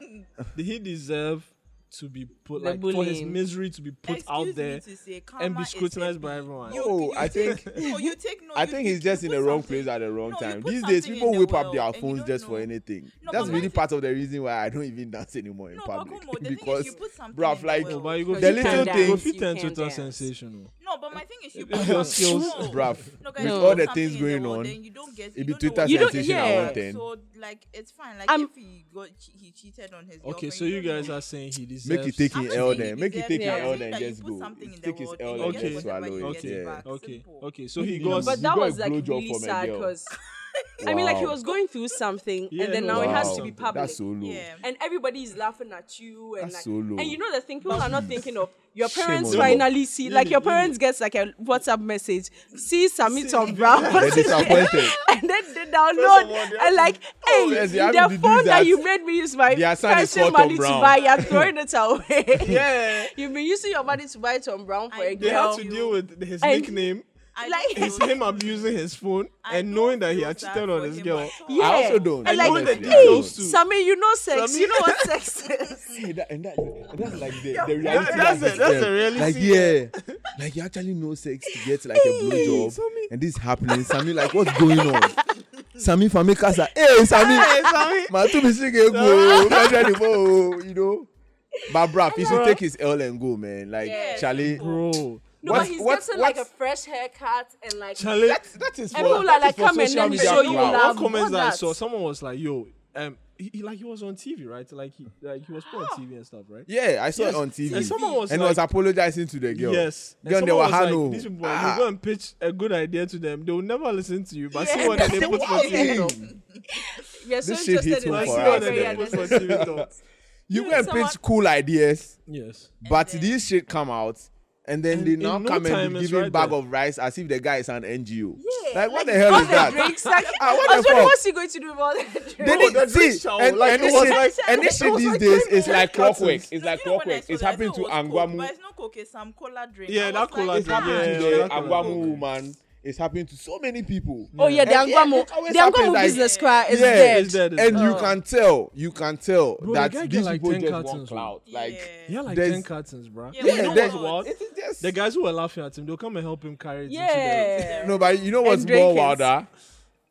S2: did he deserve to be put
S3: The
S2: like for his
S3: bullying.
S2: misery to be put
S5: Excuse me
S2: out there
S5: to say,
S2: and
S5: karma
S2: be
S5: is a
S2: scrutinized by
S5: bitch.
S2: everyone
S5: You-
S4: Oh,
S5: you
S4: I
S5: take-
S4: think-
S5: no, you take no.
S4: I
S5: you
S4: think
S5: take-
S4: he's just
S5: you
S4: in
S5: put
S4: the wrong
S5: something-
S4: place at the wrong
S5: No, you
S4: time.
S5: put
S4: These days,
S5: something in
S4: people
S5: the
S4: whip up
S5: world
S4: their
S5: and you
S4: phones
S5: don't
S4: just for
S5: know.
S4: anything.
S5: No,
S4: That's
S5: but
S4: really
S5: life
S4: part of the reason why I don't even dance anymore in
S5: No, but
S4: public
S5: Kumo, the thing is
S4: because,
S5: you put something
S4: bruv,
S5: in the
S4: like,
S5: world.
S2: Oh, but you go
S3: Because
S4: The
S2: fit
S4: you
S2: ten-
S4: can
S2: you go
S4: dance,
S2: fit
S3: you
S2: ten
S3: can
S2: Twitter
S3: dance.
S2: sensational.
S5: No, but my thing is you.
S2: Your
S5: put something-
S2: skills-
S5: No.
S4: bruv,
S5: No, guys,
S4: with
S5: you
S4: all
S5: put
S4: the
S5: something
S4: things
S5: in the
S4: going
S5: world,
S4: on,
S5: then you don't get.
S4: it'd
S5: you
S4: be
S5: don't know
S4: Twitter
S5: what-
S3: You don't-
S4: sensation
S3: yeah.
S4: I want then.
S5: So like it's fine. Like
S3: I'm-
S5: if he got he cheated on his girlfriend.
S2: Okay, so you
S5: don't
S2: guys
S5: know.
S2: are saying he deserves.
S4: Make it take
S5: I'm
S4: his
S5: not
S4: L
S5: saying
S4: then.
S5: he
S4: Make it
S5: deserves
S4: take his
S3: it. I'm
S4: L
S5: saying
S4: then.
S5: that you
S4: Just
S5: put
S4: go.
S5: something in the
S4: Take his
S5: world
S4: L
S5: and
S2: you
S4: and just
S2: get
S5: whatever
S4: swallow
S5: you
S4: it.
S5: get
S2: Okay,
S4: Yeah.
S5: back.
S2: okay,
S5: Simple.
S2: okay. So he
S4: You
S2: got.
S4: got
S3: But that
S4: a
S3: was like
S4: blowjob
S3: really
S4: from a
S3: sad
S4: girl.
S3: because I mean like he
S4: Wow.
S3: was going through something
S2: Yeah,
S3: and then
S2: no,
S3: now it has
S2: wow.
S3: to be public.
S4: That's so low.
S5: Yeah.
S3: and everybody is laughing at you and
S4: That's
S3: like
S4: so low.
S3: and you know the thing people are not thinking of your
S4: Shame
S3: parents
S4: on you.
S3: finally see like
S2: Lily,
S3: your parents gets like a WhatsApp message see Sammy Tom Brown
S4: They're disappointed.
S3: and then they download and like hey
S4: yes, they have to
S3: the
S4: do
S3: phone that.
S4: that.
S3: you made me use my
S4: Their son is
S3: personal
S4: called Tom
S3: money to
S4: Brown.
S3: buy you're throwing it away
S2: Yeah,
S3: you've been using your money to buy Tom Brown for
S5: I
S3: a
S2: they
S5: know.
S2: had
S3: girl
S2: to deal with his
S3: And-
S2: nickname.
S5: I
S3: Like-
S5: don't
S2: It's
S5: know.
S2: him abusing his phone
S5: I
S2: and
S5: don't
S2: knowing that he
S5: feel
S2: had
S5: sad
S2: cheated on
S5: for
S2: his
S5: him
S2: girl.
S5: at all.
S3: yeah
S4: also don't.
S3: and
S4: I
S3: like
S4: know the
S3: hey
S4: details too.
S3: Sammy you know sex
S2: Sammy-
S3: you know what sex is
S4: Hey, that, and that, that's like the, the reality.
S2: that's
S4: that
S2: a-
S4: hits
S2: that's a
S4: them.
S2: reality,
S4: Like yeah, like you actually know sex to get like a blowjob,
S2: Sammy.
S4: and this happening. Sammy, like what's going on? Sammy Fami Casa. Hey Sammy,
S2: Sammy.
S4: my two is go. go, You know, but bruv, he should
S2: Bruh.
S4: take his L and go, man. Like
S5: Yeah,
S4: Charlie,
S2: Bro,
S3: no
S4: What-
S3: but he's
S4: what-
S3: getting like a
S4: what-
S3: fresh haircut and like
S2: Charlie.
S4: that's that is for,
S3: And people
S4: that
S3: are
S4: is
S3: like,
S4: for
S3: "Come and
S4: social
S3: let me
S4: media
S3: show you
S4: clout."
S3: love.
S2: One comments
S3: All
S2: that I
S3: that.
S2: saw, someone was like, "Yo, um, he, he- like he was on TV, right? Like he like he was put on
S3: Ah.
S2: TV and stuff, right?
S4: Yeah, I saw
S2: Yes.
S4: it on TV.
S2: And someone was
S4: and
S2: like,
S4: was apologizing to the girl.
S2: Yes. And
S4: Girl, they were
S2: someone was like,
S4: Hano.
S2: These people,
S4: Ah.
S2: you go and pitch a good idea to them, they will never listen to you. But
S3: Yeah.
S2: see what they put for
S3: Wow.
S2: TV.
S3: We are so
S4: This shit hits
S3: interested in
S4: home
S2: But
S3: this
S2: see what
S4: for us,
S2: they
S3: very
S4: man.
S2: put for TV. though.
S4: you
S5: You
S4: go and
S5: someone-
S4: pitch cool ideas,
S2: Yes.
S4: but this shit come out. And then
S2: And
S4: they
S2: in
S4: now
S2: no
S4: come and
S2: time,
S4: be
S2: it's
S4: giving
S2: right
S4: bag
S2: there.
S4: of rice as if the guy is an NGO.
S5: Yeah,
S4: like what
S5: like,
S4: the hell
S5: all
S4: is
S5: the
S4: that?
S3: drinks, like,
S4: Ah, what
S3: I
S4: the
S3: was wondering
S4: fuck?
S3: what's he going to do with all that drinks?
S2: No,
S4: They did-
S2: Oh, the
S4: see,
S2: drinks are
S4: and,
S2: like-
S4: and
S2: it
S4: this
S2: was
S4: shit,
S5: like-
S4: and this
S5: it
S4: shit
S5: was
S4: these
S5: like
S4: days
S5: cream
S4: is like
S2: cartons.
S4: clockwork. It's like
S5: You know when I
S4: clockwork.
S5: saw
S4: It's
S5: that, I
S4: happening
S5: thought
S4: to
S5: it was Coke,
S4: Angwamu.
S5: But it's not Coke, it's some cola drink. I
S2: Yeah,
S5: was
S2: that cola
S5: like,
S4: It's
S2: drink,
S5: ah.
S4: happening to
S2: Yeah,
S4: the
S2: that cola
S4: Angwamu
S2: drink.
S4: woman. It's happening to so many people.
S3: Oh yeah, the
S4: And yeah,
S3: Angwamo,
S4: it always
S3: the
S4: happens,
S3: Angwamo
S4: like-
S3: business cry is
S4: Yeah,
S3: dead.
S2: it's dead.
S4: And you
S3: Oh.
S4: can tell, you can tell
S2: Bro, the guy
S4: that
S2: get
S4: these
S2: like
S4: people
S2: 10
S4: just want
S2: cartons, bro.
S4: clout. Like,
S2: Yeah, like
S4: There's-
S2: ten cartons, bro.
S5: Yeah, we
S4: Yeah,
S5: know
S4: there's-
S5: what-
S2: what?
S4: it is just
S2: The guys who were laughing at him, they'll come and help him carry it. Into
S3: Yeah.
S4: No, but you know what's
S3: And
S4: more
S3: drinkers.
S4: wilder?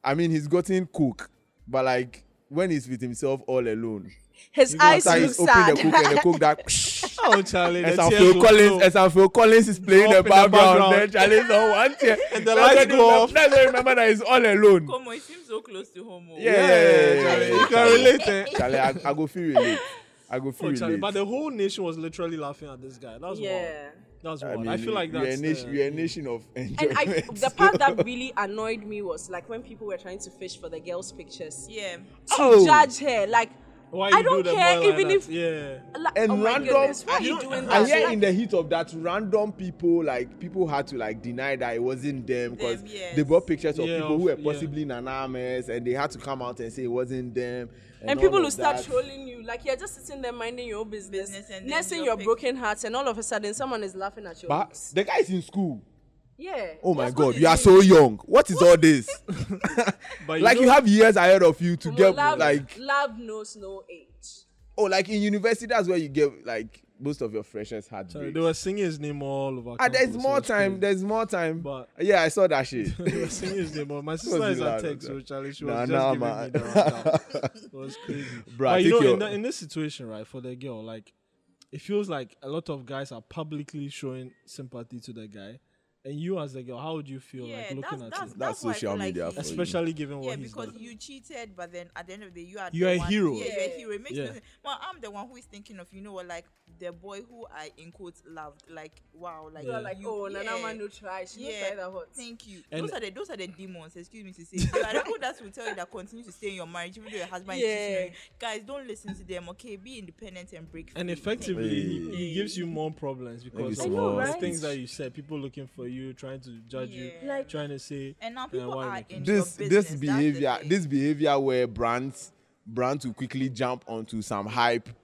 S4: I mean, he's gotten cook, but like when he's with himself all alone,
S3: His
S2: You know,
S3: eyes
S4: after
S3: look
S4: he's opened the cook and the
S3: sad.
S4: cook that.
S2: the, oh, Charlie, the
S4: As I'm
S2: tears
S4: Phil
S2: will
S4: Collins,
S2: flow.
S4: as I'm Phil Collins is
S2: Drop
S4: playing the
S2: in the
S4: background,
S2: background.
S4: then Charlie's on one tear,
S2: And the
S4: Now
S2: lights
S4: that you
S2: go
S4: remem-
S2: off.
S4: now that you remember that he's all alone.
S5: Como, it seems so close to home. oh.
S4: Yeah, yeah, yeah,
S2: Charlie,
S4: yeah,
S2: you
S4: yeah,
S2: can
S4: Charlie.
S2: relate. eh?
S4: Charlie, I, I go feel relate. I go feel
S2: Oh, Charlie, but
S4: relate.
S2: the whole nation was literally laughing at this guy. That was wild.
S3: Yeah.
S2: That was
S4: I
S2: wild.
S4: mean,
S2: I, feel like
S4: we're a
S2: that's
S4: nation,
S2: uh,
S4: we're a nation of
S3: And I,
S4: enjoyment.
S3: the part that really annoyed me was like when people were trying to fish for the girl's pictures
S5: Yeah.
S4: Oh.
S3: to judge her. Like,
S2: why
S3: I
S2: you
S3: don't
S2: do them
S3: care
S2: all like
S3: even
S2: that.
S3: if-
S2: yeah.
S3: la-
S4: and
S3: oh my
S4: random
S3: goodness, why
S4: I
S3: are you
S4: know-
S3: doing
S4: I
S3: that?
S4: hear
S3: Like,
S4: in the heat of that random people like people had to like deny that it wasn't them because
S5: Them, yes.
S4: they brought pictures of
S2: Yeah,
S4: people who were
S2: of- yeah.
S4: possibly anonymous and they had to come out and say it wasn't them and,
S3: and
S4: all
S3: people
S4: of
S3: will start
S4: that.
S3: trolling you. Like you're just sitting there minding your own business,
S5: Business and then
S3: nursing
S5: your
S3: your
S5: pic-
S3: broken heart, and all of a sudden someone is laughing at your
S4: but
S3: looks.
S4: the guy is in school
S3: Yeah.
S4: oh my
S5: That's what
S4: god
S5: they
S4: you are
S5: do.
S4: so young what is all this
S2: But
S4: like
S2: know,
S4: you have years ahead of you to
S3: Omo,
S4: get
S3: love,
S4: like
S3: love knows no age.
S4: oh like in university that's where you get like most of your freshers had
S2: Charlie, they were singing his name all over.
S4: ah
S2: campus.
S4: there's
S2: It
S4: more
S2: was
S4: time
S2: crazy.
S4: there's more time
S2: But-
S4: yeah i saw that shit
S2: they were singing his name. all- My
S4: was
S2: sister is
S4: loud,
S2: at tech, so
S4: okay.
S2: Charlie, she was
S4: Nah,
S2: just
S4: nah,
S2: giving
S4: man.
S2: me the rundown. it was crazy.
S4: Bruh,
S2: but you know,
S4: take
S2: in,
S4: your-
S2: that, in this situation, right, for the girl, like, it feels like a lot of guys are publicly showing sympathy to the guy, and you as the girl, how would you feel
S5: Yeah,
S2: like looking
S5: that's,
S2: at
S5: that's,
S2: him,
S4: That's
S5: why I
S4: social
S5: feel
S4: media
S5: Like
S4: for
S5: he-
S4: you.
S2: especially given what
S5: yeah,
S2: he's
S5: because
S2: done?
S5: you cheated, but then at the end of the day, you are
S2: You
S5: the
S2: are a
S5: one,
S2: hero.
S5: Yeah, you're a hero. It makes
S2: Yeah.
S5: no sense. Well, I'm the one who is thinking of you know what, like the boy who I in quotes loved. Like wow, like
S3: You are
S2: Yeah.
S3: like, oh, Nana Manu try. She looks like that hot.
S5: Thank you.
S2: And-
S5: those are the those are the demons. Excuse me to say. They are the people that will tell you that continue to stay in your marriage even though your husband is cheating on
S3: Yeah.
S5: you. Guys, don't listen to them. Okay, be independent and break.
S2: And
S5: free.
S2: effectively, he, he
S5: Yeah.
S2: gives you more problems because
S4: it's
S2: of
S3: I know,
S2: all the
S3: right?
S2: things that you said. People looking for you, trying to judge you,
S5: Yeah. Like-
S2: trying to say.
S5: And now
S2: uh,
S5: people
S2: why you
S5: are
S2: making-
S5: in
S4: this
S5: your
S4: this
S5: business, that's the
S4: behavior
S5: thing.
S4: this behavior where brands brands will quickly jump onto some hype and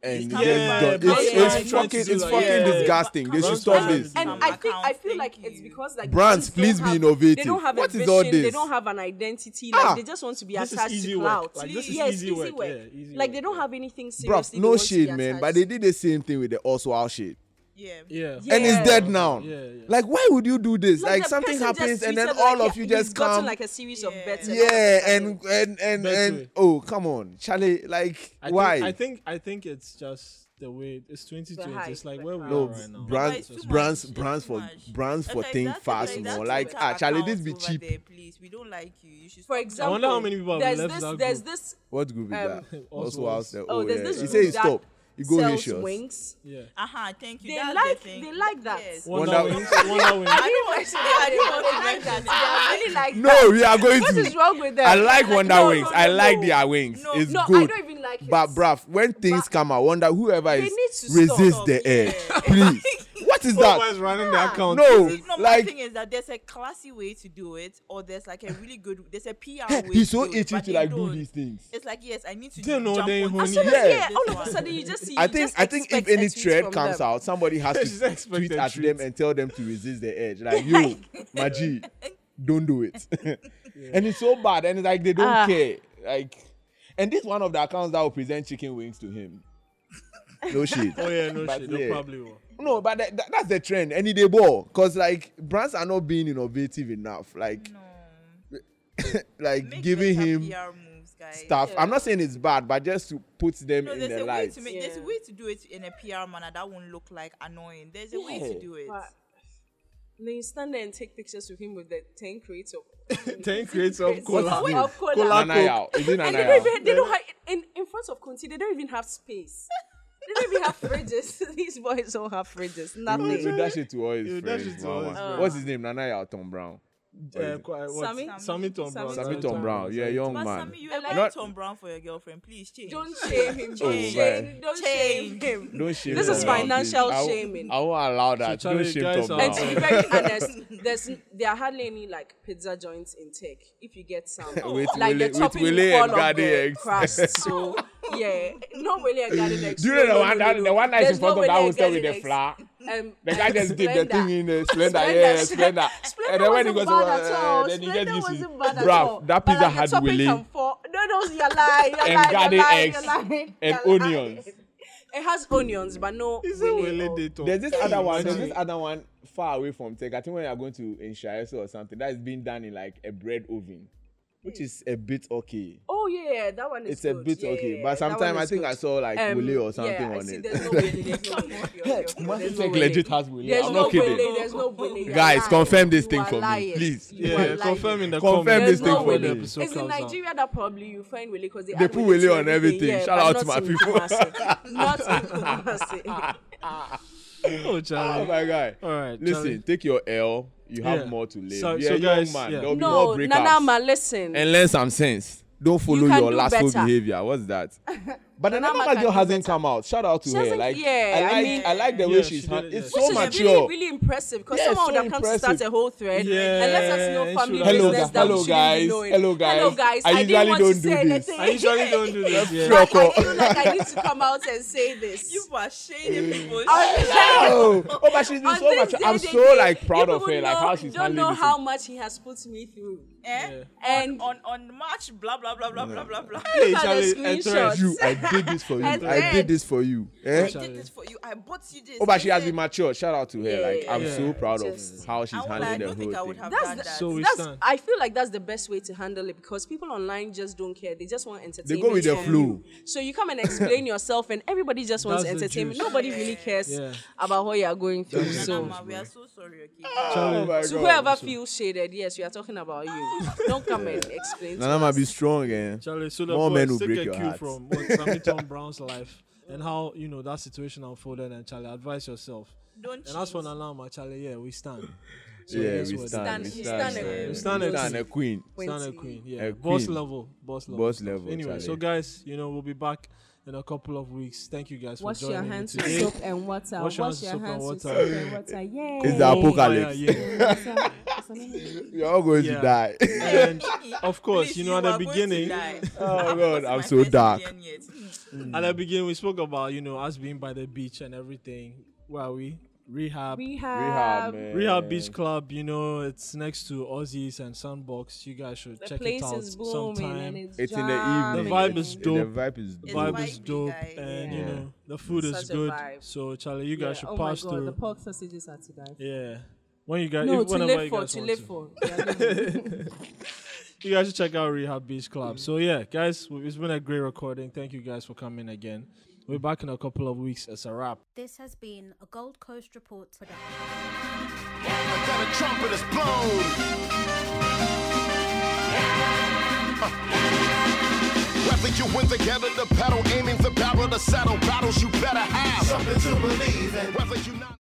S5: It's
S4: yeah,
S5: coming
S2: back.
S4: it's,
S2: Yeah,
S4: it's,
S2: brands try
S4: fucking
S2: to do
S4: it's
S2: that.
S4: fucking
S2: Yeah.
S4: disgusting they should
S2: Brands
S4: stop
S2: try to
S4: this
S2: do
S3: And
S5: Some
S3: I think I
S5: accounts,
S3: feel
S5: thank
S3: like it's
S5: you.
S3: because like brands
S4: Brands,
S3: don't
S4: please be
S3: have-
S4: innovative.
S3: They don't have
S4: What
S3: a
S4: is
S3: vision,
S4: all
S3: They
S4: this?
S3: don't have an identity. Like
S4: Ah!
S3: they just want to be
S2: This is
S3: attached
S2: easy
S3: to
S2: work.
S3: clout.
S2: Like, this is
S3: yes,
S2: easy work. Yeah, easy
S3: like
S2: work,
S3: they don't
S2: yeah.
S3: have anything serious.
S4: Bruv, no shade man but they did the same thing with the Oswald shit
S5: Yeah.
S2: Yeah.
S3: Yeah.
S4: and it's dead now
S2: Yeah, yeah.
S4: like why would you do this like,
S3: the
S4: something
S3: person
S4: happens
S3: just
S4: and then
S3: tweeted,
S4: all
S3: like,
S4: of you
S3: he's
S4: just
S3: gotten
S4: come
S3: like a series of
S5: Yeah.
S3: bets. all of
S4: yeah
S3: a sudden.
S4: and and and
S2: Back to
S4: and
S2: it.
S4: oh come on Charlie like
S2: I
S4: why
S2: Think, I think I think it's just the way it's 2020.
S3: hype,
S2: it's like
S3: the
S2: where we
S3: hype.
S2: are
S4: No,
S2: right now.
S5: brand-
S2: It's
S4: brands,
S2: just-
S5: too
S4: brands, brands
S5: much. It's
S4: for
S5: too much.
S4: brands for
S5: Okay,
S4: think
S5: that's it,
S4: fast,
S5: like,
S4: you
S5: that's
S4: know.
S5: it,
S4: Like,
S5: that's
S4: ah, Charlie,
S5: accounts
S4: this be
S5: over
S4: cheap.
S5: there, please, we don't like you. You should.
S3: For
S5: stop.
S3: example,
S2: wonder how many people have
S3: there's
S2: left
S3: this,
S2: that
S3: there's
S2: group.
S3: this
S4: What group is
S3: Um,
S4: that?
S2: Oswald's.
S4: Also, else.
S3: oh,
S4: Oh,
S3: there's
S4: yeah.
S3: this
S4: He
S3: group
S4: says you
S3: that
S4: stop. You go
S3: sells
S4: Haitians.
S3: wings.
S2: yeah.
S5: Aha, thank you.
S3: They
S5: that's
S3: like
S5: the thing.
S3: they like that.
S5: Yes.
S2: Wonder,
S4: Wonder
S2: Wings. Wonder Wings.
S5: I didn't want to. I didn't want to
S3: like that.
S5: mention it.
S3: They are really like that.
S4: No, we are going
S3: What
S4: to.
S3: is wrong with them?
S4: I like
S3: Like,
S4: Wonder
S3: no,
S4: Wings.
S3: no,
S4: I
S3: no,
S4: like
S3: no.
S4: their wings.
S5: No,
S4: it's
S3: No, I
S4: good.
S3: don't even like it.
S4: But bruv, when things
S3: But-
S4: come out, wonder whoever
S3: They
S4: is
S3: need to
S4: resist
S5: stop.
S4: the air,
S5: Yeah.
S4: please. What is
S2: Someone is
S4: that?
S2: running the account.
S4: No,
S5: No, my
S4: like
S5: thing is that there's a classy way to do it, or there's like a really good, there's a PR way.
S4: he's so
S5: to do it,
S4: itching
S5: but
S4: to
S5: they
S4: like do
S5: don't.
S4: these things.
S5: It's like yes, I need to
S2: They know
S5: jump
S2: they
S5: on
S2: honey.
S3: As
S5: this
S3: soon as,
S5: one,
S4: Yeah.
S3: yeah,
S5: this
S3: all of
S5: one.
S3: a sudden you just see.
S4: I
S3: you
S4: think
S3: just
S4: I think if
S3: expect a
S4: any
S3: tweet
S4: thread
S3: from
S4: comes
S3: them.
S4: out, somebody has
S2: She's
S4: to
S2: expecting
S4: tweet at
S2: treat.
S4: them and tell them to resist the edge. Like you, Maji, don't do it. And it's so bad, and it's like they don't
S3: Ah.
S4: care. Like, and this one of the accounts that will present chicken wings to him. No shit.
S2: Oh yeah, no
S4: But
S2: shit. They
S4: yeah.
S2: probably will.
S4: No, but that, that- that's the trend. Any day ball, cause like brands are not being innovative enough. Like,
S5: No.
S4: like
S5: Make
S4: giving
S5: better
S4: him
S5: PR moves, guys.
S4: stuff. I'm not saying it's bad, but just to put them
S5: No,
S4: in
S5: there's
S4: the
S5: a
S4: light.
S5: way to make. There's a
S3: Yeah.
S5: way to do it in a PR manner that won't look like annoying. There's a way
S4: Yeah.
S5: to do it.
S3: But then you stand there and take pictures with him with the ten creator.
S2: Ten crates of cola.
S3: Wait, of cola.
S2: Cola
S4: Nana
S2: Coke.
S4: Yao. Is it
S3: And
S4: Nana
S3: they don't
S4: Yao?
S3: even they don't have in, in front of Conti, they don't even have space. They don't even have fridges. These boys don't have fridges.
S4: You
S3: Nothing.
S4: dash it to all his
S2: You dash it
S4: friends.
S2: to all his
S4: mama.
S2: friends.
S4: What's his name? Nana or Tom Brown?
S2: uh, qu- uh, what?
S3: Sammy?
S2: Sammy Tom Brown.
S3: Sammy
S4: Sammy Tom Brown, yeah,
S2: Sammy
S4: young
S5: But
S4: man.
S5: Sammy, you
S3: I
S5: are
S3: like-
S5: like Tom Brown for your girlfriend. Please change.
S3: Don't shame him. Don't
S4: Oh,
S3: shame
S4: man.
S3: him. Don't shame
S5: Shame.
S3: him.
S4: Don't shame
S3: This
S4: Tom
S3: is
S4: Brown,
S3: financial
S4: please. I won't-
S3: shaming.
S4: I won't allow that.
S2: So,
S4: Don't
S2: Charlie,
S4: shame
S2: guys
S4: Tom
S2: are
S3: And to be
S2: bad.
S4: Brown.
S3: very honest, there's n- there are hardly any like pizza joints in Tech. If you get some,
S4: With
S3: like
S4: Willy-
S3: the
S4: with
S3: topping
S4: Willy
S3: all
S4: and
S3: of
S4: Garden
S3: the
S4: eggs.
S3: crust. So yeah, not really a garden eggs.
S4: Do you know
S3: No,
S4: the
S3: no,
S4: one
S3: no,
S4: that
S3: no.
S4: the one that is in
S3: There's
S4: front
S3: no
S4: of that
S3: really a
S4: hotel with
S3: garden
S4: the
S3: eggs.
S4: flower?
S3: Um,
S4: The guy just dip the
S3: Splenda.
S4: thing in the slender,
S3: Splenda,
S4: yeah,
S3: Splenda.
S4: slender.
S3: Splenda
S4: And then when he goes
S3: wasn't
S4: over,
S3: bad at all.
S4: then he
S3: Splenda
S4: just gives you.
S3: wasn't bad at all.
S4: Bruv, that
S3: But,
S4: pizza
S3: like, the
S4: had
S3: topping
S4: Willy.
S3: can fall- No, no, you're lying. You're
S4: And
S3: lying. You're
S4: garden
S3: lying.
S4: eggs
S3: You're lying.
S4: and
S3: You're lying.
S4: onions.
S3: It has onions, but no.
S2: Is it
S3: Willy
S2: Willie
S3: or-
S2: Dayton?
S4: There's this other one. There's this
S2: Imagine.
S4: other one far away from tech. I think when you are going to Inshaeso or something, that is being done in like a bread oven, which is a bit okay.
S3: Oh yeah, that one is.
S4: It's a
S3: good.
S4: bit
S3: Yeah,
S4: okay,
S3: yeah,
S4: but
S3: that one
S4: sometimes I
S3: is
S4: think
S3: good.
S4: I saw like
S3: Um,
S4: Willy or something
S3: yeah, I
S4: on
S3: see,
S4: it.
S3: There's no Willy. There's no Willy.
S4: Must
S3: There's no
S4: check
S3: Willy.
S4: legit has Willy.
S3: There's
S4: I'm
S3: no
S4: not kidding.
S3: Willy. There's no Willy. You're
S4: Guys,
S3: lying.
S4: confirm this
S3: You
S4: thing
S3: are
S4: for me,
S3: lying.
S4: please.
S3: You are
S2: Yeah,
S3: lying.
S2: confirm in the
S4: Confirm
S2: comments
S4: this thing
S2: before the
S4: for me.
S2: episode
S3: It's in
S2: comes out.
S3: Nigeria that probably you find Willy because they,
S4: They
S3: add
S4: put
S3: Willy
S4: Willy
S3: to
S4: on everything.
S3: Yeah, but
S4: Shout out
S3: not
S4: to my
S3: in
S4: people.
S3: Kumasi. not in Kumasi.
S2: Oh,
S4: Oh
S2: Charlie.
S4: my god!
S2: All right,
S4: listen,
S2: Charlie.
S4: take your L. You have
S2: Yeah.
S4: more to live.
S2: So-
S4: You're
S2: so
S4: a young
S2: guys,
S4: man.
S2: yeah.
S4: There'll be
S3: No,
S4: more breakups.
S3: Nanama, listen.
S4: and learn some sense. Don't follow
S3: can
S4: your
S3: do
S4: lustful
S3: better.
S4: behavior. What's that? But the
S3: Nanama
S4: Nanama
S3: can
S4: girl
S3: do
S4: hasn't come out. Shout out to
S3: She
S4: her.
S3: hasn't-
S4: Like
S3: yeah,
S4: I
S3: I
S4: like
S3: mean-
S4: I like the
S2: Yeah,
S4: way
S2: she
S4: she's
S2: did
S4: hand-
S2: it,
S4: it's
S2: yeah.
S4: so
S3: Which is
S4: mature.
S3: really, really impressive because
S4: Yeah,
S3: someone
S4: so
S3: would have come to start
S4: impressive.
S3: a whole thread and let us
S2: Yeah,
S3: know family
S2: should have-
S4: Hello,
S3: business
S4: guys.
S3: that
S4: Hello,
S3: we shouldn't be
S4: guys.
S3: knowing.
S4: Hello, guys.
S3: Hello guys.
S4: I
S3: I, didn't
S4: usually
S3: want
S4: don't
S3: to
S4: do
S3: say
S4: this.
S3: anything.
S2: I usually don't do this. Yeah.
S3: I, I
S4: Fuck off.
S3: feel like I need to come out and say this.
S5: You are shaming people. Eh?
S4: Oh, oh, but she's been
S3: On
S4: so
S3: this
S4: mature. I'm
S3: day, they
S4: so
S3: did.
S4: like proud
S3: You
S4: of
S3: people
S4: her, like
S3: know-
S4: how she's
S3: don't
S4: handling
S3: know
S4: this.
S3: how much he has put me through.
S5: eh?
S3: And
S5: On on March, blah blah blah blah blah blah blah.
S2: Hey,
S3: Look at the
S2: Charlie, and
S3: screenshots.
S2: Terence.
S4: you, I did this for you.
S3: And
S4: I
S3: then-
S4: did this for you.
S5: I
S4: Eh?
S5: did this for you. I bought you this.
S4: Oh, but she
S5: I
S4: has
S5: did-
S4: been mature. Shout out to her.
S3: Yeah,
S4: like I'm
S2: yeah,
S4: so proud
S3: just-
S4: of how she's
S5: I won't lie, I
S4: handling the
S5: don't
S4: whole
S5: think I would
S4: thing.
S5: have
S3: that's
S5: done
S3: the,
S5: that.
S2: So we
S3: that's
S2: stand.
S3: I feel like that's the best way to handle it because people online just don't care. They just want entertainment.
S4: with the
S3: from
S4: flow.
S3: you. So you come and explain yourself, and everybody just wants
S2: That's the
S3: entertainment.
S2: juice.
S3: Nobody really cares
S2: Yeah.
S3: about what you are going through.
S2: That's the
S3: So. Ah.
S5: Nanama, we are so sorry, okay?
S4: Oh my
S3: To
S4: God.
S3: whoever feels shaded, yes, we are talking about you. Don't come and explain. to
S4: Nana might be strong, eh?
S2: Charlie, so the
S4: More men
S2: boys
S4: will
S2: take
S4: break
S2: a
S4: your
S2: cue
S4: heart.
S2: from what Sammy Tom Brown's life and how you know that situation unfolded. And Charlie, advise yourself.
S5: Don't
S2: And as for
S5: cheat.
S2: Nanama, Charlie, yeah, we stand. So
S4: Yeah,
S2: guess
S4: we
S2: what?
S4: stand. We
S3: Stand-
S4: stand.
S3: stand a
S4: eh.
S3: queen.
S4: We
S2: Stand a Stand
S4: stand a queen.
S2: a
S3: Quincy.
S2: queen, yeah.
S4: A
S2: Boss
S4: queen.
S2: level, boss level.
S4: Boss
S2: stuff.
S4: level,
S2: Anyway, so
S4: Charlie.
S2: guys, you know we'll be back in a couple of weeks. Thank you guys
S3: Wash
S2: for joining
S3: your
S2: me
S3: hands with
S2: today.
S3: soap and water.
S2: Wash
S3: Wash
S2: your
S3: your hands with soap
S2: water.
S3: and water. Yay.
S4: It's the
S2: Fire,
S4: apocalypse.
S2: Oh, yeah.
S4: You're all going
S2: Yeah.
S4: to die.
S2: And of course,
S5: Please,
S2: you know at the
S5: are going to
S2: beginning,
S5: die.
S4: Oh,
S5: I haven't
S4: God,
S5: gotten
S4: I'm
S5: my
S4: so
S5: first
S4: dark.
S5: million yet.
S2: at the beginning we spoke about you know us being by the beach and everything. Where are we? Rehab.
S3: We
S4: Rehab,
S3: have
S4: man.
S2: Rehab Beach Club, you know, it's next to Aussies and Sandbox. You guys should
S3: the
S2: check
S3: place
S2: it out
S3: is booming
S2: sometime.
S3: and it's,
S4: It's in the
S3: jamming.
S4: evening.
S2: The vibe is
S4: The
S2: dope.
S4: vibe is
S2: the
S5: It's
S4: dope.
S2: vibe is
S5: vibey,
S2: dope,
S5: guys.
S2: and you
S4: Yeah.
S2: know the food
S3: It's
S2: is
S3: such a
S2: good.
S3: vibe.
S2: So Charlie, you
S3: Yeah,
S2: guys should
S3: oh
S2: pass
S3: my god, the
S2: through.
S3: pork sausages are to die. for.
S2: yeah, when you guys,
S3: No,
S2: if,
S3: to
S2: whenever
S3: live
S2: you
S3: for,
S2: guys
S3: to
S2: want
S3: live
S2: to.
S3: for. Yeah,
S2: you guys should check out Rehab Beach
S3: Mm.
S2: Club. So yeah, guys, w- it's been a great recording. Thank you guys for coming again. We're back in a couple of weeks. It's a wrap.
S6: This has been a Gold Coast Report production.
S1: Until the trumpet is blown. Whether you win together, the pedal aiming the barrel, the saddle battles you better have. Something to believe in. Whether you not.